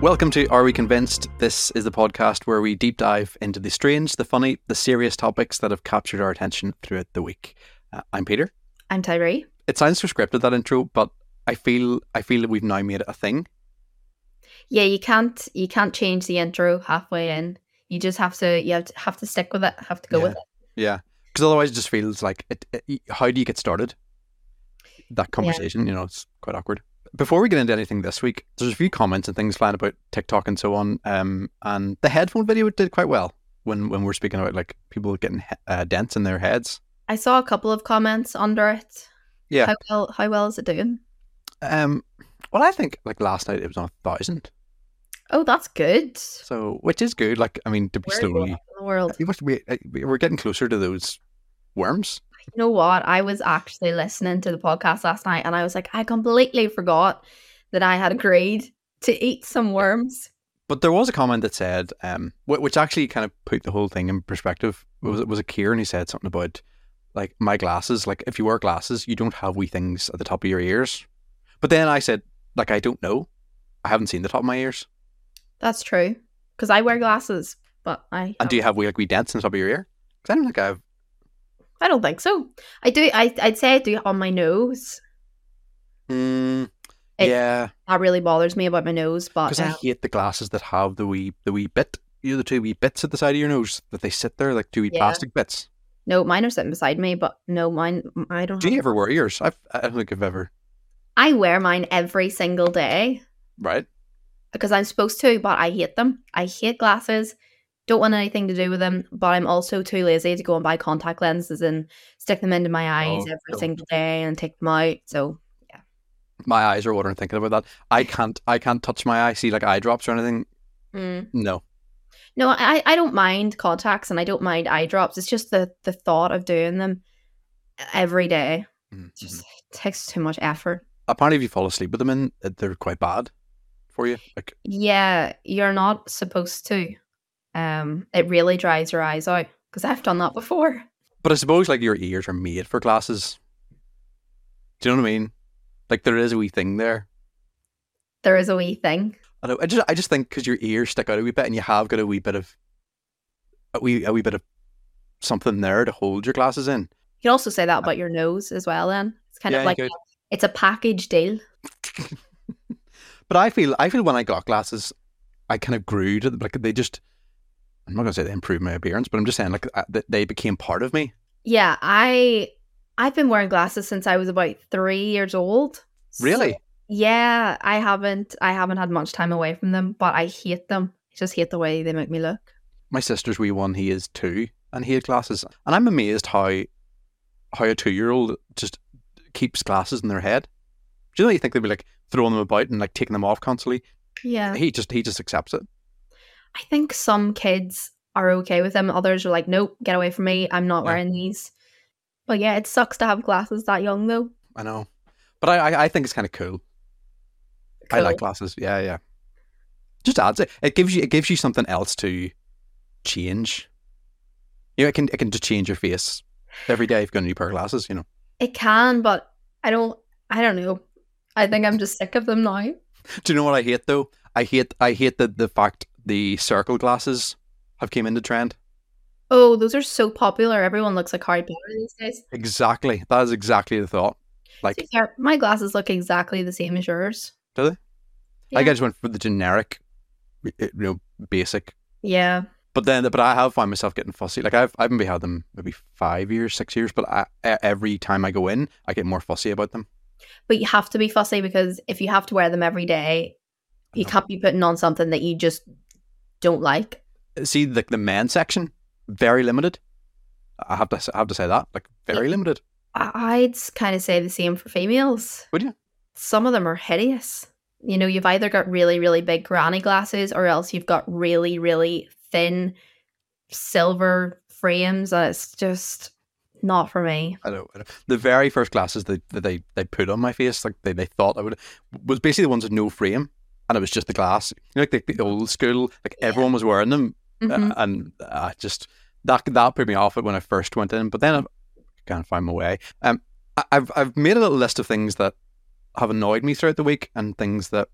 Welcome to Are We Convinced? This is the podcast where we deep dive into the strange, the funny, the serious topics that have captured our attention throughout the week. Uh, I'm Peter. I'm Tyree. It sounds so scripted that intro, but I feel I feel that we've now made it a thing. Yeah, you can't you can't change the intro halfway in. You just have to you have to, have to stick with it. Have to go with it. Yeah, because otherwise it just feels like it, it, how do you get started? That conversation, you know, it's quite awkward. Before we get into anything this week, there's a few comments and things flying about TikTok and so on. Um, and the headphone video did quite well when when we're speaking about like people getting he- uh, dents in their heads. I saw a couple of comments under it. Yeah. How well how well is it doing? Um, well, I think like last night it was on a thousand, Oh, that's good. so which is good. Like, I mean, to be Where are you slowly, at in the world. we must be, uh, we're getting closer to those worms. You know what? I was actually listening to the podcast last night and I was like, I completely forgot that I had agreed to eat some worms. But there was a comment that said, um, wh- which actually kind of put the whole thing in perspective. It was it was a Kieran who said something about like my glasses. Like if you wear glasses, you don't have wee things at the top of your ears. But then I said, like I don't know, I haven't seen the top of my ears. That's true. Because I wear glasses, but I And do you have wee like wee dents in the top of your ear? 'Cause I don't think I have. I don't think so. I do I I'd say I do on my nose. Mm, It- yeah, That really bothers me about my nose, but uh, because I hate the glasses that have the wee the wee bit. You know, the two wee bits at the side of your nose that they sit there like two wee Yeah. plastic bits. No, mine are sitting beside me, but no, mine. m- I don't. Do you have- ever wear yours? I've, I don't think I've ever. I wear mine every single day Right. because I'm supposed to, but I hate them. I hate glasses. Don't want anything to do with them, but I'm also too lazy to go and buy contact lenses and stick them into my eyes Oh, every don't. single day and take them out. So my eyes are watering thinking about that. I can't I can't touch my eye, see like eye drops or anything. mm. No. no, I I don't mind contacts and I don't mind eye drops. It's just the the thought of doing them every day Mhm. It's just it takes too much effort. Apparently if you fall asleep with them in uh, they're quite bad for you. Like Yeah, you're not supposed to. Um, it really dries your eyes out because I've done that before. but I suppose like your ears are made for glasses. Do you know what I mean? Like there is a wee thing there. There is a wee thing. I, don't, I just I just think because your ears stick out a wee bit and you have got a wee bit of a wee a wee bit of something there to hold your glasses in. You could also say that about your nose as well. Then it's kind Yeah, of you like could. it's a package deal. But I feel I feel when I got glasses, I kind of grew to like they just. I'm not gonna say they improved my appearance, but I'm just saying like uh, that they became part of me. Yeah, I I've been wearing glasses since I was about three years old. So- Really? yeah, I haven't I haven't had much time away from them, but I hate them. I just hate the way they make me look. my sister's wee one, he is two, and he had glasses, and I'm amazed how how a two year old just keeps glasses in their head. Do you know you think they'd be like throwing them about and like taking them off constantly? Yeah. He just he just accepts it. I think some kids are okay with them. Others are like, nope, get away from me. I'm not Yeah. wearing these. But yeah, it sucks to have glasses that young though. I know, but I I, I think it's kind of cool. I like Cool. glasses. Yeah, yeah. Just adds it. It gives you it gives you something else to change. You know, it can it can just change your face every day. If you've got a new pair of glasses, you know. It can, but I don't. I don't know. I think I'm just sick of them now. Do you know what I hate though? I hate I hate the the fact the circle glasses have came into trend. Oh, those are so popular. Everyone looks like Harry Potter these days. Exactly. That is exactly the thought. Like To be fair, my glasses look exactly the same as yours. Do they? Yeah. I guess went for the generic, y- you know, basic. Yeah. But then, but I have found myself getting fussy. Like I've I've maybe had them maybe five years, six years. But I, e- every time I go in, I get more fussy about them. But you have to be fussy because if you have to wear them every day, I you know. can't be putting on something that you just don't like. see like the men section very limited i have to s- I have to say that like very Yeah. limited I- I'd kind of say the same for females. Would you? Some of them are hideous. You know, you've either got really, really big granny glasses or else you've got really, really thin silver frames. And it's just not for me. I know, I know. the very first glasses that, that they they put on my face like they, they thought i would was basically the ones with no frame and it was just the glass you know like the, the old school like Yeah. everyone was wearing them uh, Mhm. and i just that that put me off it when i first went in but then i kind of found my way um I, i've i've made a little list of things that have annoyed me throughout the week and things that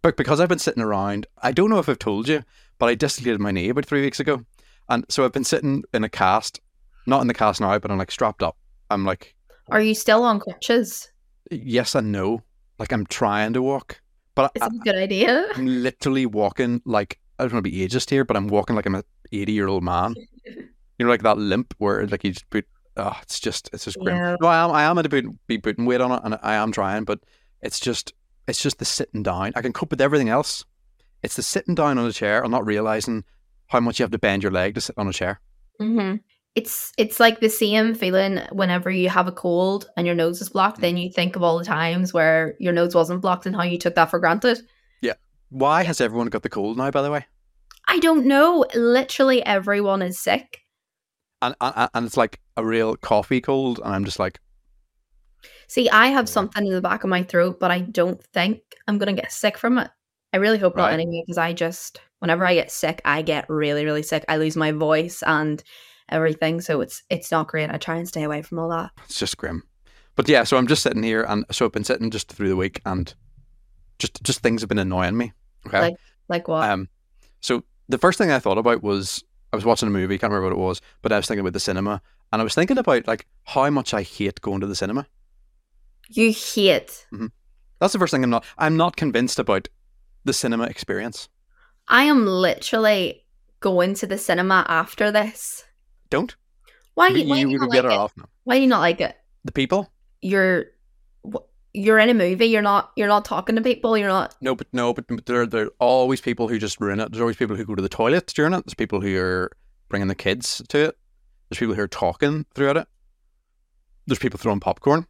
But because I've been sitting around, I don't know if I've told you, but I dislocated my knee about three weeks ago. And so I've been sitting in a cast, not in the cast now, but I'm like strapped up. I'm like, Are you still on crutches? yes and no. Like I'm trying to walk, but Is I, that a good idea? I'm literally walking like, I don't want to be ageist here, but I'm walking like I'm an 80 year old man. You know, like that limp where like you just put, oh, it's just, it's just grim. Yeah. No, I am, I am going to put, be putting weight on it and I am trying, but it's just, it's just the sitting down. I can cope with everything else. It's the sitting down on a chair and not realizing how much you have to bend your leg to sit on a chair. mm-hmm. hmm It's it's like the same feeling whenever you have a cold and your nose is blocked. Then Mm-hmm. you think of all the times where your nose wasn't blocked and how you took that for granted. Why has everyone got the cold now, by the way? I don't know. Literally everyone is sick. And, and, and it's like a real coffee cold. And I'm just like, See, I have Yeah. something in the back of my throat, but I don't think I'm gonna get sick from it. I really hope not Right. anyway, because I just whenever I get sick, I get really, really sick. I lose my voice and everything. So it's it's not great. I try and stay away from all that. it's just grim. But yeah, so I'm just sitting here, and so I've been sitting just through the week, and just just things have been annoying me. Okay. Like what? um, so the first thing I thought about was I was watching a movie, can't remember what it was, but I was thinking about the cinema, and I was thinking about like how much I hate going to the cinema. you hate. That's the first thing I'm not. I'm not convinced about the cinema experience. I am literally going to the cinema after this. Don't Why? you, why you do you would be not like better it? off now. Why do you not like it? The people? You're wh- you're in a movie. You're not. You're not talking to people. You're not. No, but no, but there there are always people who just ruin it. There's always people who go to the toilet during it. There's people who are bringing the kids to it. There's people who are talking throughout it. There's people throwing popcorn.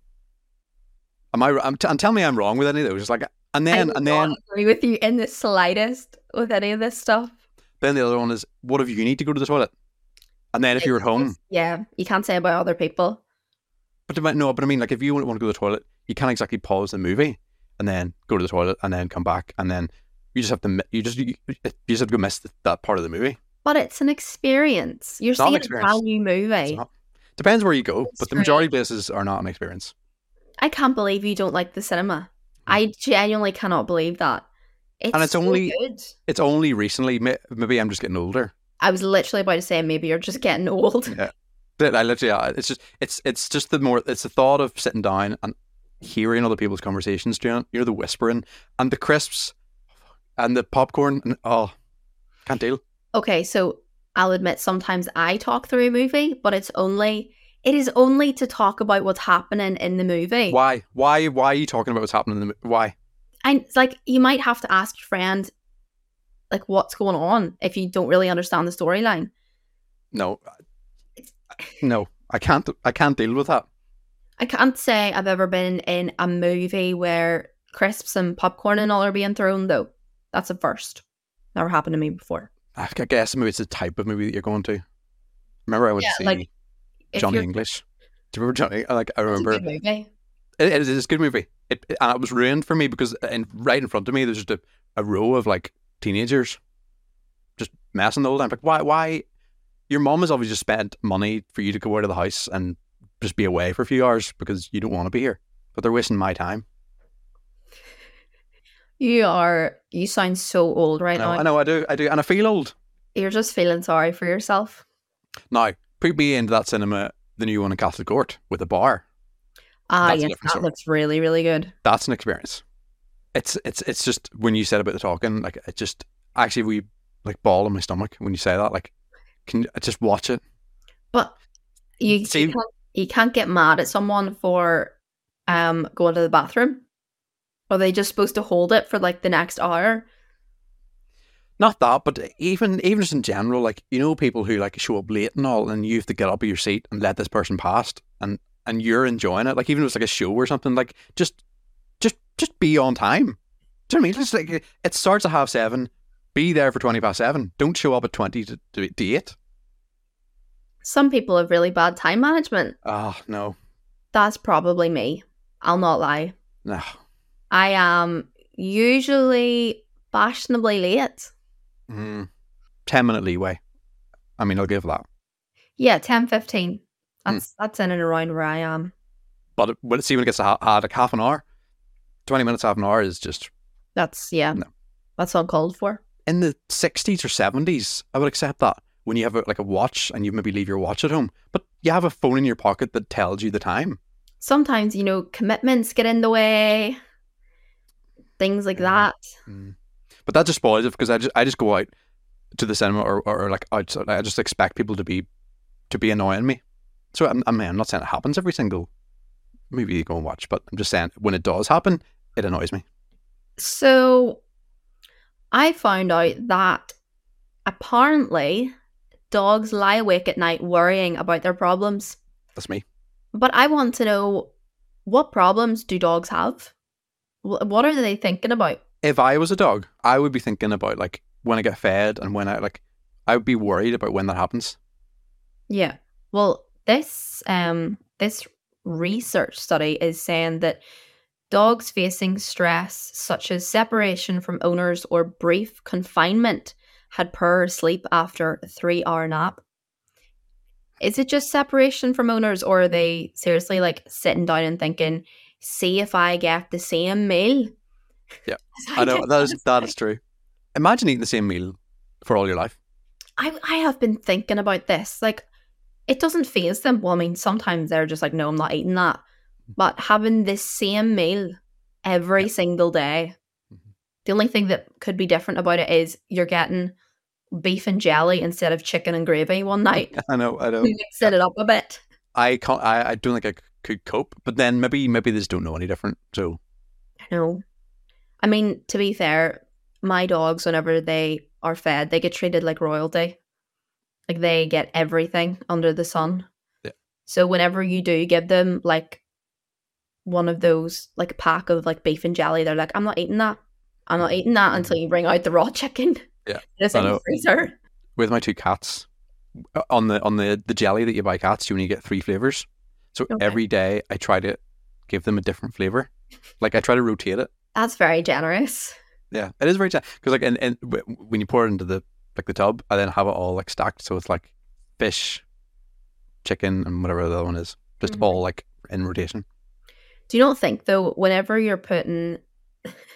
Am I? I'm t- and tell me I'm wrong with any of those. Just like, and I then do and not then agree with you in the slightest with any of this stuff. then the other one is what if you need to go to the toilet? And then if you're at home, Yeah, you can't say about other people. but I mean- no, but I mean like if you want to go to the toilet, you can't exactly pause the movie and then go to the toilet and then come back and then you just have to mi- you just you, you just have to miss that part of the movie. But it's an experience. You're It's not an seeing experience. a value It's movie. not. Depends where you go, It's but the true. majority of places are not an experience. I can't believe you don't like the cinema. I genuinely cannot believe that. It's Hmm. it's so only- good. It's only recently, may- maybe I'm just getting older. I was literally about to say maybe you're just getting old. Yeah. That I literally, I- it's just, it's, it's just the more, it's the thought of sitting down and hearing other people's conversations. Do you know, you know the whispering and the crisps and the popcorn and oh, can't deal. Okay, so I'll admit sometimes I talk through a movie, but it's only it is only to talk about what's happening in the movie. Why, why, why are you talking about what's happening? In the, mo- why? and it's like you might have to ask your friend like what's going on if you don't really understand the storyline No, no, I can't, I can't deal with that. i can't say i've ever been in a movie where crisps and popcorn and all are being thrown though that's a first never happened to me before I guess maybe it's the type of movie that you're going to. Remember, I went Yeah, to see like, If Johnny you're- English. Do you remember Johnny? Like I it's a remember good movie. It, it is it's a good movie. It, it- and it was ruined for me because uh, in, right in front of me, there's just a, a row of like teenagers just messing the whole time. Like, why? Why? Your mom has obviously just spent money for you to go out of the house and just be away for a few hours because you don't want to be here. But they're wasting my time. you are you sound so old I right know, now I know, I do, I do, and I feel old you're just feeling sorry for yourself now. Put me into that cinema, the new one in Castle Court with a bar. ah That's a yes different that story. looks really really good that's an experience. It's it's it's just when you said about the talking, like it just actually we like ball in my stomach when you say that. Like, can I just watch it? but you, you See- can't, you can't get mad at someone for um going to the bathroom are they just supposed to hold it for like the next hour Not that, but even even just in general, like you know people who like show up late and all, and you have to get up of your seat and let this person past, and and you're enjoying it. Like even if it's like a show or something, like just just just be on time. Do you know what I mean? It's like it starts at half seven. Be there for twenty past seven. Don't show up at twenty to, to, to eight. some people have really bad time management Ah, no, that's probably me i'll not lie no. i am usually fashionably late Mm. 10 minute leeway. I mean, I'll give that. yeah ten fifteen. that's that's in and around where i am But it- when- see, when it gets to ha- ha- like half an hour, 20 minutes, half an hour is just, that's yeah No. That's uncalled for. in the 60s or 70s, I would accept that when you have a, like a watch and you maybe leave your watch at home, but you have a phone in your pocket that tells you the time. Sometimes, you know, commitments get in the way, things like Yeah. that. But that just spoils it because I just I just go out to the cinema or, or, or like outside. I just expect people to be to be annoying me. So I'm, I'm I'm not saying it happens every single movie you go and watch, but I'm just saying when it does happen, it annoys me. So I found out that apparently dogs lie awake at night worrying about their problems. That's me. But I want to know what problems do dogs have? Wh- What are they thinking about? If I was a dog, I would be thinking about like when I get fed and when I like I would be worried about when that happens. Yeah. Well, this um this research study is saying that dogs facing stress such as separation from owners or brief confinement had poorer sleep after a 3-hour nap. Is it just separation from owners or are they seriously like sitting down and thinking, "See if I get the same meal?" Yeah. As I know did that is last that night." is true. Imagine eating the same meal for all your life. I I have been thinking about this. Like, it doesn't phase them. Well, I mean, sometimes they're just like, no, I'm not eating that. But having this same meal every single day, Mhm. the only thing that could be different about it is you're getting beef and jelly instead of chicken and gravy one night. I know, I know. You Mixing it up a bit. I can't. I, I don't think I c- could cope. But then maybe maybe they just don't know any different. So No. I mean, to be fair, my dogs, whenever they are fed, they get treated like royalty. Like they get everything under the sun. Yeah. So whenever you do give them like one of those, like a pack of like beef and jelly, they're like, I'm not eating that. I'm not eating that until you bring out the raw chicken. Mm-hmm. Yeah, It's I in the know. freezer. with my two cats, uh, on the on the the jelly that you buy cats, you only get three flavors. So Okay. every day I try to give them a different flavor. Like I try to rotate it. That's very generous. Yeah, it is very because like and, and w- when you pour it into the like the tub, I then have it all like stacked. So it's like fish, chicken, and whatever the other one is, just Mhm. all like in rotation. Do you not think though, whenever you're putting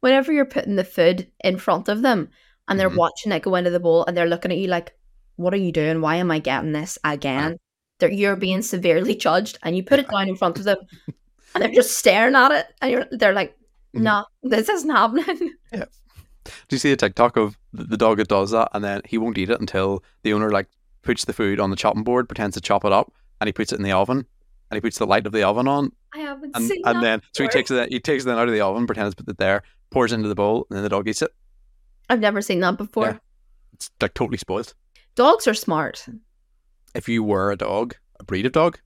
whenever you're putting the food in front of them and they're Mhm. watching it go into the bowl and they're looking at you like, What are you doing? Why am I getting this Uh-huh. again? That you're being severely judged and you put it down in front of them and they're just staring at it and you're they're like, Mhm. No, this isn't happening. Do you see the TikTok of the the dog that does that, and then he won't eat it until the owner like puts the food on the chopping board, pretends to chop it up, and he puts it in the oven, and he puts the light of the oven on, I haven't and, seen and that. then so he before. takes it he takes it then out of the oven, pretends to put it there, pours it into the bowl, and then the dog eats it. I've never seen that before. Yeah. It's like totally spoiled. Dogs are smart. If you were a dog, a breed of dog,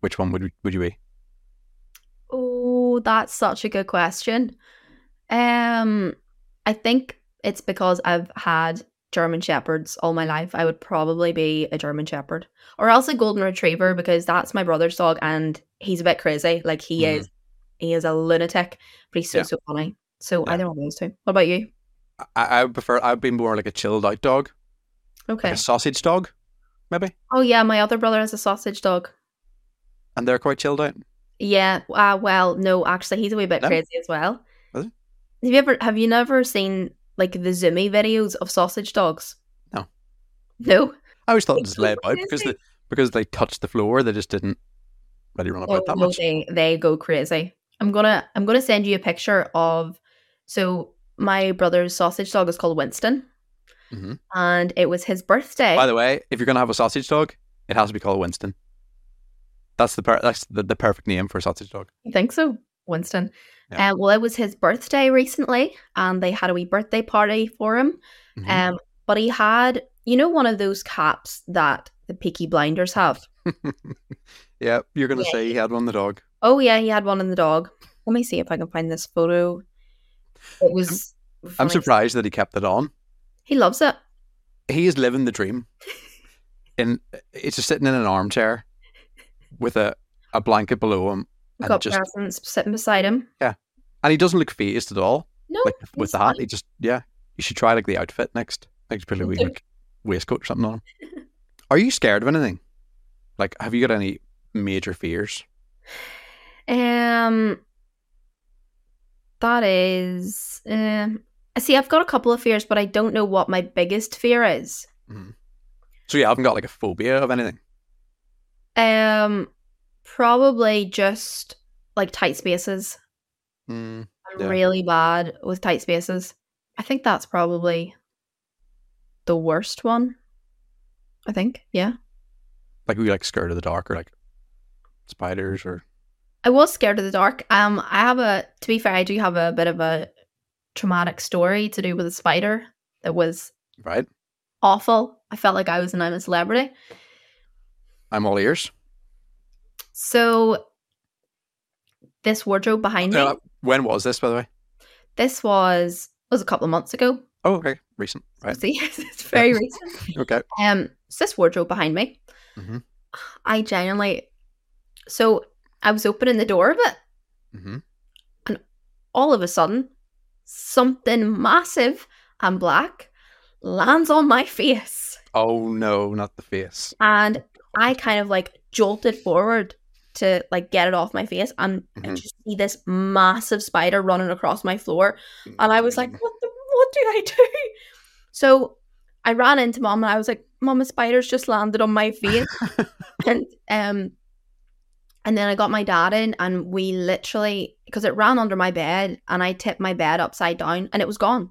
which one would would you be? Oh, that's such a good question. Um, I think it's because I've had German shepherds all my life. I would probably be a German shepherd or else a golden retriever because that's my brother's dog and he's a bit crazy. Like he Mhm. is, he is a lunatic, but he's so Yeah. so funny. So Yeah. either one of those two. What about you? I, I would prefer. I'd be more like a chilled out dog, Okay. like a sausage dog, maybe, Oh yeah, my other brother has a sausage dog. and they're quite chilled out. Yeah. Uh, well, no, actually, he's a wee bit No? crazy as well. Is he? Have you ever have you never seen like the zoomy videos of sausage dogs? No. No. I always thought it It's was so lay about because the crazy. because they touched the floor, they just didn't really run about Oh, that no, much. they they go crazy. I'm gonna I'm gonna send you a picture of so my brother's sausage dog is called Winston, Mhm. and it was his birthday. By the way, if you're gonna have a sausage dog, it has to be called Winston. That's the per- that's the, the perfect name for a sausage dog. You think so, Winston? Yeah. Uh, well, it was his birthday recently, and they had a wee birthday party for him. Mhm. Um, but he had, you know, one of those caps that the Peaky Blinders have. yeah, you're gonna yeah. say he had one the dog. Oh yeah, he had one in the dog. Let me see if I can find this photo. It was. I'm funny. surprised that he kept it on. He loves it. He is living the dream, and it's just sitting in an armchair with a, a blanket below him, We've And got just- presents sitting beside him. and he doesn't look phased at all. No, Like with he's the hat, he just yeah. You should try like the outfit next. Like just put a wee, Okay. like, waistcoat or something on him. Are you scared of anything? Like, have you got any major fears? Um, that is. Um, I see. I've got a couple of fears, but I don't know what my biggest fear is. Mhm. So yeah, I haven't got like a phobia of anything. Um, probably just like tight spaces. Mm. I'm Yeah. really bad with tight spaces. I think that's probably the worst one. I think, yeah. Like we like scared of the dark or like spiders or I was scared of the dark. Um, I have a. To be fair, I do have a bit of a traumatic story to do with a spider that was right. awful. I felt like I was an I'm a celebrity. I'm all ears. So this wardrobe behind me, Uh, when was this, by the way? this was was a couple of months ago. Oh, okay, recent. Right. See, it's very recent. Okay. Um, it's this wardrobe behind me. Mhm. I genuinely, so I was opening the door of it. hmm All of a sudden, something massive and black lands on my face, Oh no, not the face. and I kind of like jolted forward to like get it off my face, and I Mhm. just see this massive spider running across my floor, And I was like, what, the, what do I do? So I ran into mom and I was like, Mom, a spider's just landed on my face. and um and then I got my dad in and we literally because it ran under my bed and I tipped my bed upside down and it was gone.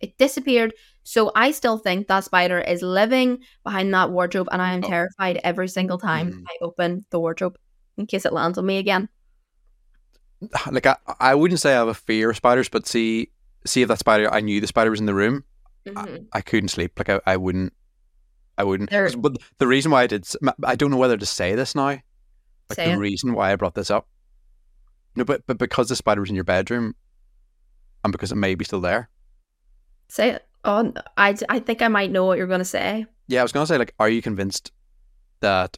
It disappeared. So I still think that spider is living behind that wardrobe and I am Oh. terrified every single time Mm. I open the wardrobe in case it lands on me again. Mm. like I, I wouldn't say I have a fear of spiders, but see, see if that spider, I knew the spider was in the room. Mhm. I couldn't sleep. Like I, I wouldn't, I wouldn't. There- 'Cause- But the reason why I did, s- I don't know whether to say this now. Like Say the it. reason why I brought this up. No, but but because the spider was in your bedroom, and because it may be still there. Say it. Oh, no, I, I think I might know what you're going to say. Yeah, I was gonna say like, are you convinced that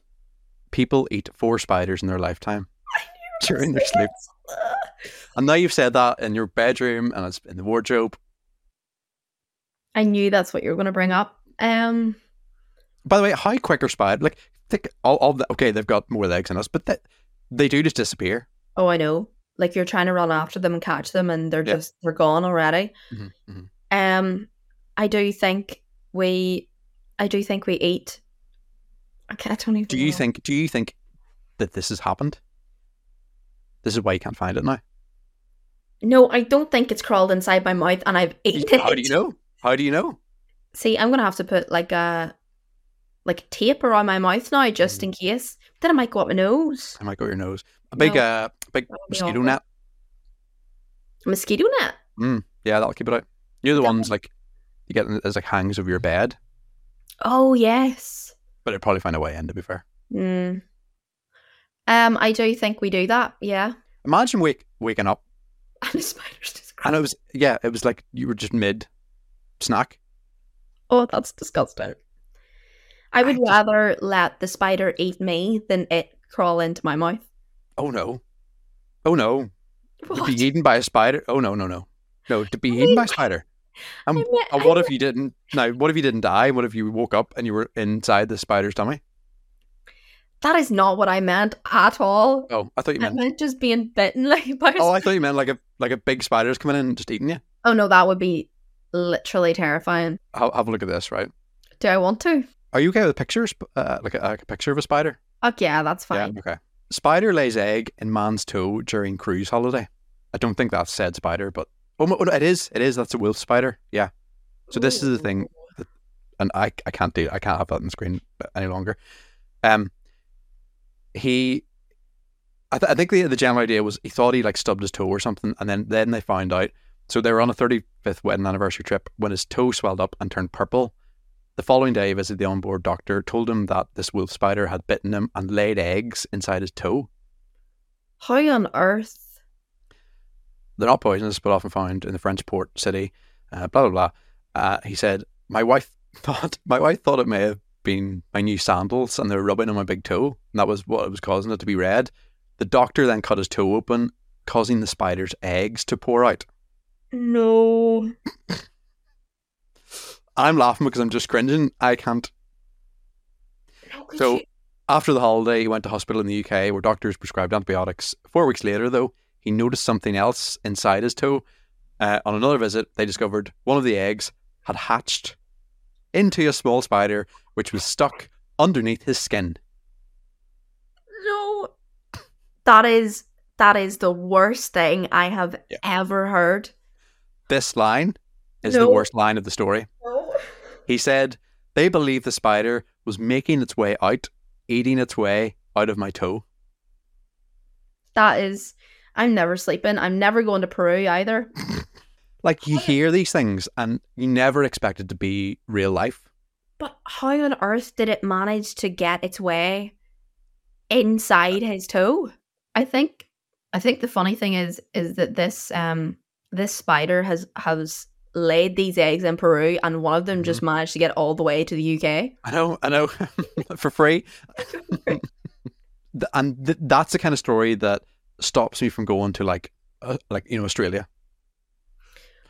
people eat four spiders in their lifetime during their sleep? And now you've said that in your bedroom and it's in the wardrobe. I knew that's what you were going to bring up. Um, By the way, how quick are spider? Like, think all, all the, okay, they've got more legs than us, but that they do just disappear. oh, I know. Like you're trying to run after them and catch them, and they're Yeah. just they're gone already. Mhm, mhm. Um, I do think we, I do think we eat. Okay, I don't even. Do you know. think? Do you think that this has happened? This is why you can't find it now. No, I don't think it's crawled inside my mouth, and I've eaten it. How do you know? How do you know? See, I'm gonna have to put like a, like tape around my mouth now, just Mm. in case. Then I might go up my nose. I might go your nose. A big, No. uh, big That would be mosquito awful. net. Mosquito net. Yeah, that'll keep it out. You're the That ones like you get in- as like hangs over your bed, Oh yes. but it'll probably find a way in. To be fair, Mm. Um, I do think we do that. Yeah. imagine wake waking up And the spider's just and it was yeah, it was like you were just mid snack. Oh, that's disgusting. I would I just- rather let the spider eat me than it crawl into my mouth. Oh no, oh no, What? to be eaten by a spider. Oh no, no, no, no, to be eaten by a spider. I And, mean- and uh, what if you didn't? Now, what if you didn't die? What if you woke up and you were inside the spider's tummy? That is not what I meant at all. Oh, I thought you I meant. meant just being bitten like by a Oh, oh, I thought you meant like a like a big spider's coming in and just eating you. oh no, that would be literally terrifying. Have, have a look at this, right? Do I want to? Are you okay with pictures? Uh, like a, like a picture of a spider? Fuck yeah, that's fine. Yeah. Okay. Spider lays egg in man's toe during cruise holiday. I don't think that's said spider, but oh, no, it is. It is. That's a wolf spider. Yeah. So this is the thing, and I I can't do. I can't have that on the screen any longer. Um. He. I, th- I think the, the general idea was he thought he like stubbed his toe or something, and then then they found out. So they were on a 35th wedding anniversary trip when his toe swelled up and turned purple. The following day, he visited the onboard doctor, told him that this wolf spider had bitten him and laid eggs inside his toe. How on earth? They're not poisonous, but often found in the French port city. Uh, blah blah blah. Uh, he said, "My wife thought my wife thought it may have been my new sandals, and they were rubbing on my big toe, and that was what was causing it to be red." The doctor then cut his toe open, causing the spider's eggs to pour out. No. I'm laughing because I'm just cringing. I can't How could So- you- After the holiday, he went to hospital in the UK where doctors prescribed antibiotics. Four weeks later, though, he noticed something else inside his toe. Uh, on another visit, they discovered one of the eggs had hatched into a small spider, which was stuck underneath his skin. No. That is that is the worst thing I have Yeah. ever heard. This line is No. the worst line of the story. No. He said, They believe the spider was making its way out, eating its way out of my toe. That is I'm never sleeping. I'm never going to Peru either. Like you hear these things and you never expect it to be real life. But how on earth did it manage to get its way inside his toe? I think I think the funny thing is is that this um this spider has has laid these eggs in Peru and one of them just managed to get all the way to the UK. I know, I know, for free. Th- and th- that's the kind of story that stops me from going to like, uh, like you know, Australia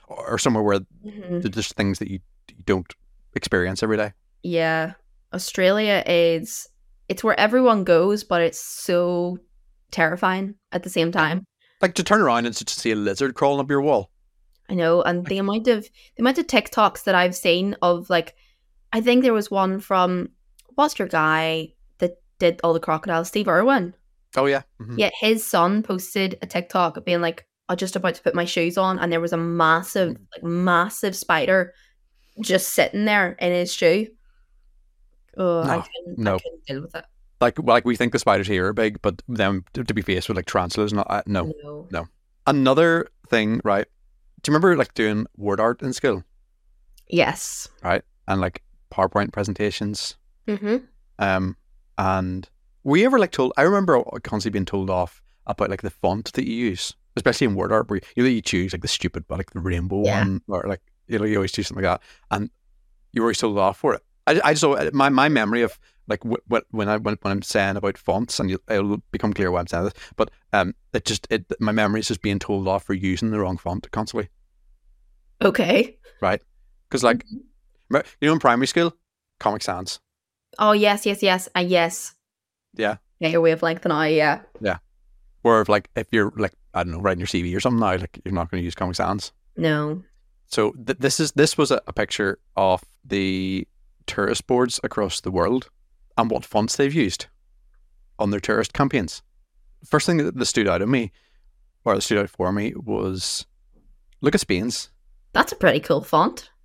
or, or somewhere where there's just things that you, you don't experience every day. Yeah. Australia is it's where everyone goes, but it's so terrifying at the same time. Like to turn around and to see a lizard crawling up your wall. I know, and the amount of the amount of TikToks that I've seen of like I think there was one from what's your guy that did all the crocodiles, Steve Irwin. Oh yeah, Mhm. Yeah, his son posted a TikTok being like, I'm just about to put my shoes on and there was a massive, Hmm. like massive spider just sitting there in his shoe. Oh, I No, couldn't I no. couldn't deal with it. Like like we think the spiders here are big, but them to, to be faced with like tarantulas, and all that no. no. Another thing, right? Do you remember like doing word art in school Yes. and like PowerPoint presentations? Mm-hmm. Um, and were you ever like told? I remember constantly being told off about like the font that you use, especially in word art, where you know you choose like the stupid, but like the rainbow Yeah. one, or like you know you always choose something like that, and you were always told off for it. I, I just my my memory of like wh- wh- when I when, when I'm saying about fonts, and you, it'll become clear why I'm saying this, but um, it just it my memory is just being told off for using the wrong font constantly, Okay. because Mm. like you know in primary school, Comic Sans, Oh yes, yes, yes, and yes. Yeah. Yeah, your wavelength and I, yeah. where if like if you're like I don't know writing your CV or something now, like you're not going to use Comic Sans. No. So th- this is this was a, a picture of the tourist boards across the world and what fonts they've used on their tourist campaigns. First thing that, that stood out at me, or that stood out for me, was look at Spain's. That's a pretty cool font.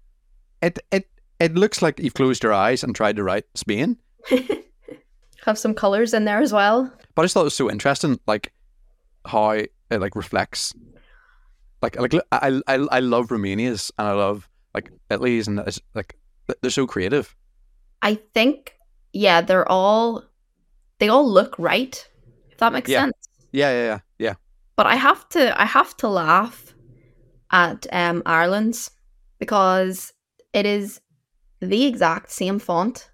It it it looks like you've closed your eyes and tried to write Spain, Have some colours in there as well. but I just thought it was so interesting, like how it like reflects. Like like look, I I I love Romania's and I love like Italy's and it's like they're so creative. I think yeah, they're all they all look right, if that makes Yeah. sense. Yeah yeah yeah yeah. But I have to I have to laugh at um Ireland's because it is the exact same font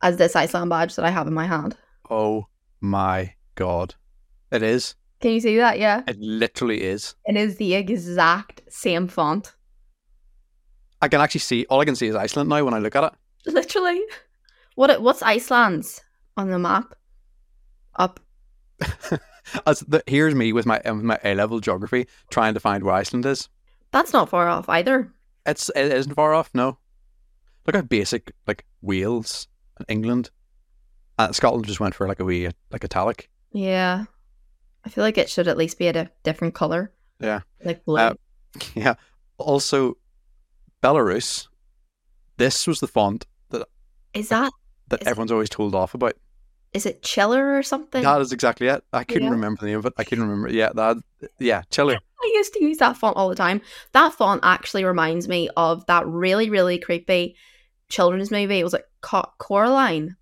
as this Iceland badge that I have in my hand. Oh my god. It is. Can you see that? Yeah. It literally is. It is the exact same font. I can actually see all I can see is Iceland now when I look at it. Literally. What what's Iceland's on the map? Up. As the, here's me with my with my A level geography trying to find where Iceland is. That's not far off either. It's it isn't far off, no. Look at basic like Wales and England. Uh, Scotland just went for like a wee like italic. Yeah. I feel like it should at least be at a different color. Yeah. Like blue. Uh, Yeah. Also Belarus. This was the font is that that Is it- everyone's always told off about. is it chiller or something? That is exactly it. I couldn't Yeah. remember the name of it. I couldn't remember. Yeah, that. Yeah, Chile. I used to use that font all the time. That font actually reminds me of that really really creepy children's movie. It was like Co- Coraline.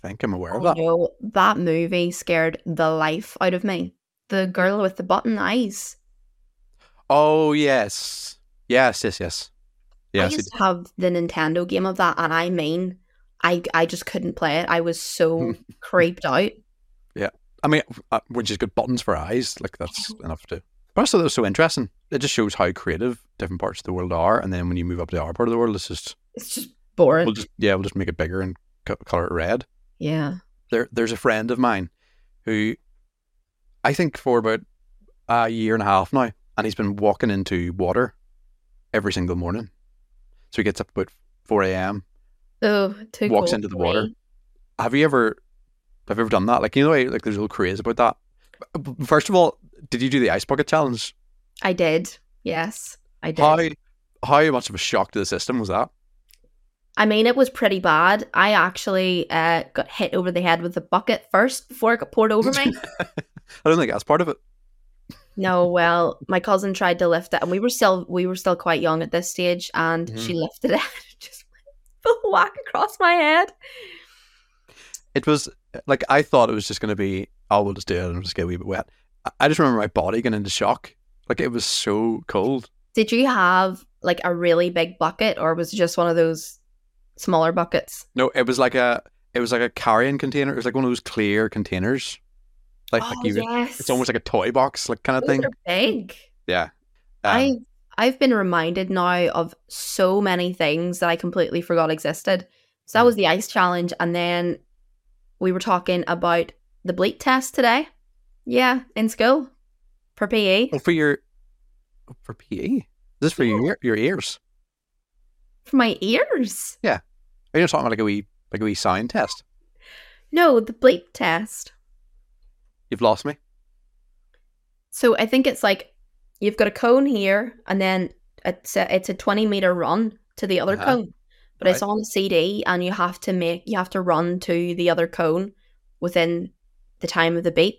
think I'm aware of Oh, that. no, that movie scared the life out of me. The girl with the button eyes. Oh yes, yes, yes, yes, yes. I it- used to have the Nintendo game of that, and I mean, I I just couldn't play it. I was so creeped out. I mean, uh, when she's got buttons for eyes, like that's enough to. But also, that was so interesting. It just shows how creative different parts of the world are, and then when you move up to our part of the world, it's just It's just boring. we'll just yeah, we'll just make it bigger and co- color it red. yeah. There, there's a friend of mine who I think for about a year and a half now, and he's been walking into water every single morning. So he gets up about four a.m. Oh, too walks cool into the for me. water. Have you ever have you ever done that? Like you know, like there's a little craze about that. B- First of all, did you do the ice bucket challenge? I did. Yes, I did. How how much of a shock to the system was that? I mean, it was pretty bad. I actually uh, got hit over the head with the bucket first before it got poured over me. I don't think that's part of it. No, well, my cousin tried to lift it, and we were still we were still quite young at this stage, and she Mm-hmm. lifted it, and it just went full whack across my head. It was like I thought it was just going to be. Oh, we'll just do it and just get a wee bit wet. I- I just remember my body getting into shock. Like it was so cold. Did you have like a really big bucket, or was it just one of those smaller buckets? No, it was like a it was like a carrying container. It was like one of those clear containers. Like, like you, Oh, yes, it's almost like a toy box, like kind of Those thing. are big. Um, I I've been reminded now of so many things that I completely forgot existed. Mm. So that was the ice challenge, and then we were talking about the bleep test today. Yeah, in school for E. PE oh, for your oh, for PE. Is this for your ear- your ears? for my ears. Are you talking about like a wee like a wee sound test? No, the bleep test. You've lost me. So I think it's like you've got a cone here, and then it's a, it's a twenty meter run to the other Uh-huh. cone, but it's Right. on a CD, and you have to make you have to run to the other cone within the time of the beep,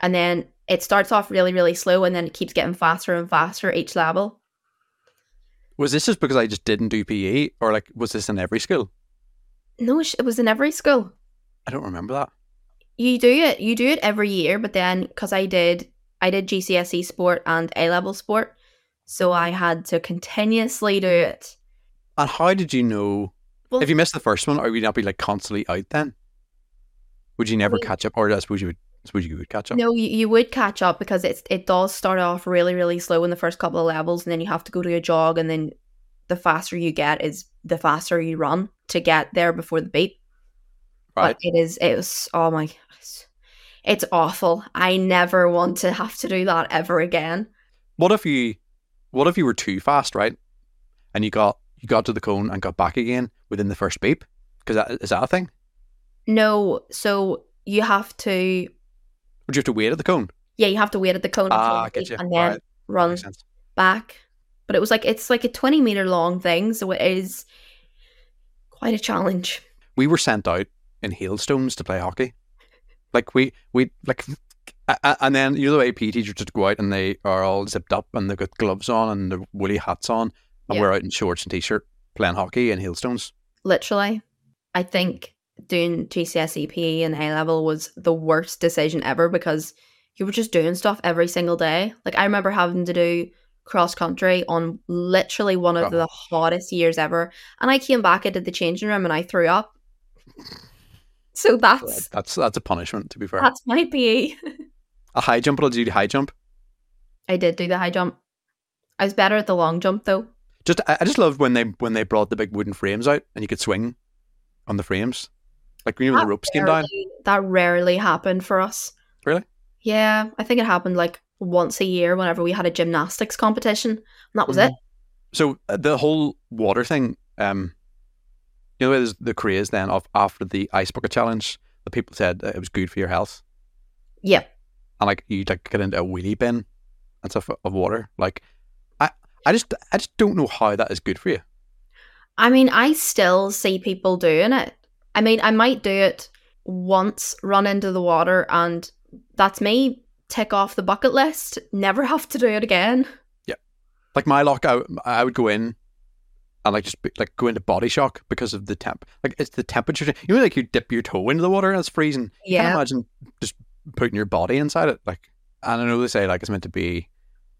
and then it starts off really really slow, and then it keeps getting faster and faster each level. Was this just because I just didn't do PE, or like was this in every school? No, sh- it was in every school. I don't remember that. You do it, you do it every year, but then because I did, I did GCSE E sport and A level sport, so I had to continuously do it. And how did you know? Well- if you missed the first one, or would you not be like constantly out then? Would you never mean- catch up? Or I suppose you would. I suppose you would catch up. No, you, you would catch up because it's it does start off really really slow in the first couple of levels, and then you have to go to a jog, and then the faster you get is the faster you run to get there before the beat. right? But it is it was oh my gosh, it's awful. I never want to have to do that ever again. What if you? What if you were too fast, right? And you got you got to the cone and got back again within the first beep. Because that is that a thing? No, so you have to Would you have to wait at the cone? yeah you have to wait at the cone until Ah, the I get beep you. and All then right, run makes sense. back. But it was like it's like a twenty meter long thing, so it is quite a challenge. We were sent out in hailstones to play hockey. Like we we like, a- a- and then you know the way PE teachers just go out and they are all zipped up and they've got gloves on and their woolly hats on, and Yeah. we're out in shorts and t-shirt playing hockey in hailstones. literally. I think doing GCSE PE E and A level was the worst decision ever because you were just doing stuff every single day. Like I remember having to do cross country on literally one of Oh. the hottest years ever, and I came back into the changing room and I threw up. So that's That's that's a punishment to be fair. that's my E. PE. a high jump, will do high jump. I did do the high jump. I was better at the long jump though. Just I, I just loved when they when they brought the big wooden frames out and you could swing on the frames, like you know when the That ropes came down. rarely- That rarely happened for us. Really? Yeah, I think it happened like once a year whenever we had a gymnastics competition. And that was it. So uh, the whole water thing, um, you know, there's the craze then of after the ice bucket challenge, the people said that it was good for your health, Yeah. and like you like get into a wheelie bin and stuff of water. Like, I I just I just don't know how that is good for you. I mean, I still see people doing it. I mean, I might do it once, run into the water, and that's me. Tick off the bucket list. Never have to do it again. Like my lock, I, I would go in and like just be, like go into body shock because of the temp. Like it's the temperature. change. You know, like you dip your toe into the water and it's freezing. You Can't Yeah. imagine just putting your body inside it. Like, and I know they say like it's meant to be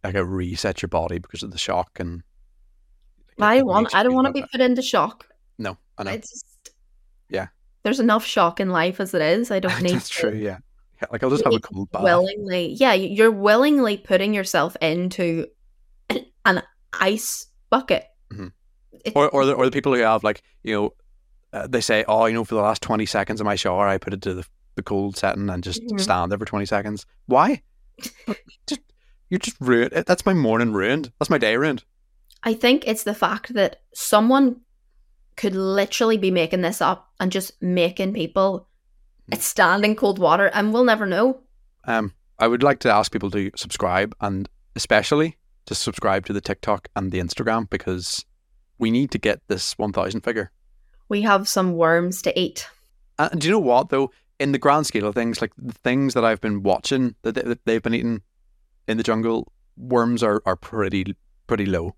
like a reset your body because of the shock and. But I want. I don't want to be put into shock. No, I know. It's just. Yeah. There's enough shock in life as it is. I don't need. That's to- true. Yeah. yeah. Like I'll just You have a need cold bath. willingly yeah y- you're willingly putting yourself into an, an ice bucket Mhm. It- or or the, or the people who have like you know uh, they say oh you know for the last 20 seconds of my shower i put it to the, the cold setting and just Mhm. stand there for 20 seconds why just You're just ruined. That's my morning ruined. That's my day ruined. I think it's the fact that someone could literally be making this up and just making people Hmm. it's stand in cold water and we'll never know. Um, I would like to ask people to subscribe and especially to subscribe to the TikTok and the Instagram because we need to get this 1000 figure. Uh, We have some worms to eat. And do you know what though? In the grand scale of things, like the things that I've been watching that, they, that they've been eating in the jungle, worms are, are pretty pretty low.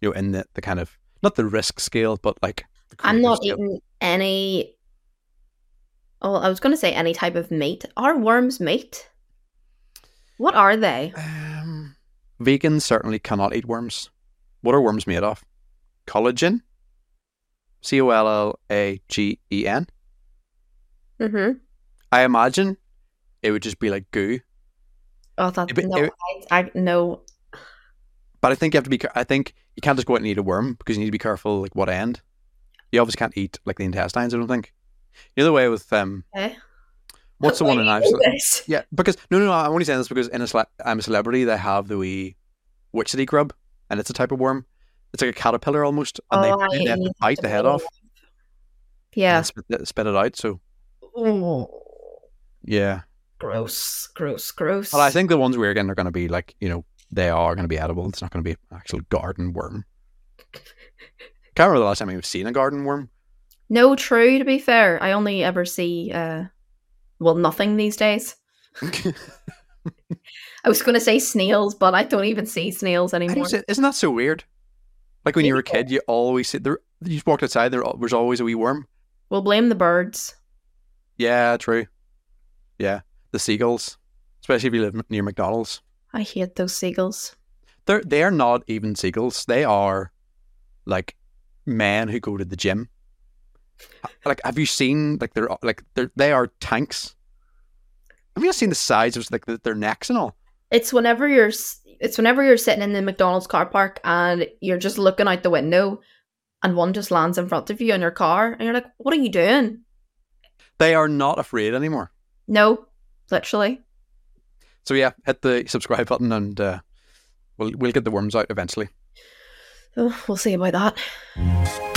You know, in the, the kind of not the risk scale, but like I'm not scale. eating any. Oh, I was going to say any type of meat. Are worms meat? What are they? Um, vegans certainly cannot eat worms. What are worms made of? Collagen. C O L L A G E N. Mm-hmm. I imagine it would just be like goo. Oh, that's it, no. It, I, I no. But I think you have to be. I think you can't just go out and eat a worm because you need to be careful like what end. You obviously can't eat like the intestines. I don't think. The other way with um. Okay. What's the Why one in do you do Iceland? this? Yeah, because no, no, no. I'm only saying this because in a cele- I'm a celebrity. They have the wee witch city grub, and it's a type of worm. It's like a caterpillar almost, and Oh, they, I they have to need bite to the head know. off Yeah. and spit, spit it out. So Oh, yeah, gross, gross, gross. well, I think the ones we're getting are going to be like you know they are going to be edible. It's not going to be an actual garden worm. Can't remember the last time I've seen a garden worm. No, true. To be fair, I only ever see uh, well, nothing these days. I was going to say snails, but I don't even see snails I anymore. don't see- isn't that so weird? Like when you were a kid, you always sit there. You just walked outside. There was always a wee worm. We'll blame the birds. Yeah, true. Yeah, the seagulls, especially if you live m- near McDonald's. I hate those seagulls. They're they are not even seagulls. They are like men who go to the gym. Uh, Like, have you seen like they're like they're they are tanks. Have you seen the size of like the, their necks and all? It's whenever you're s- it's whenever you're sitting in the McDonald's car park and you're just looking out the window, and one just lands in front of you in your car, and you're like, "What are you doing?" They are not afraid anymore. No, literally. So yeah, hit the subscribe button and uh, we'll we'll get the worms out eventually. Oh, we'll see about that.